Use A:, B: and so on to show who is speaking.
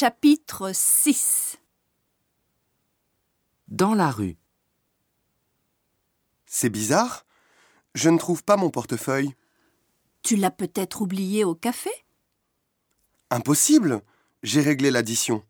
A: Chapitre 6
B: Dans la rue.
C: C'est bizarre. Je ne trouve pas mon portefeuille.
A: Tu l'as peut-être oublié au café
C: Impossible. J'ai réglé l'addition.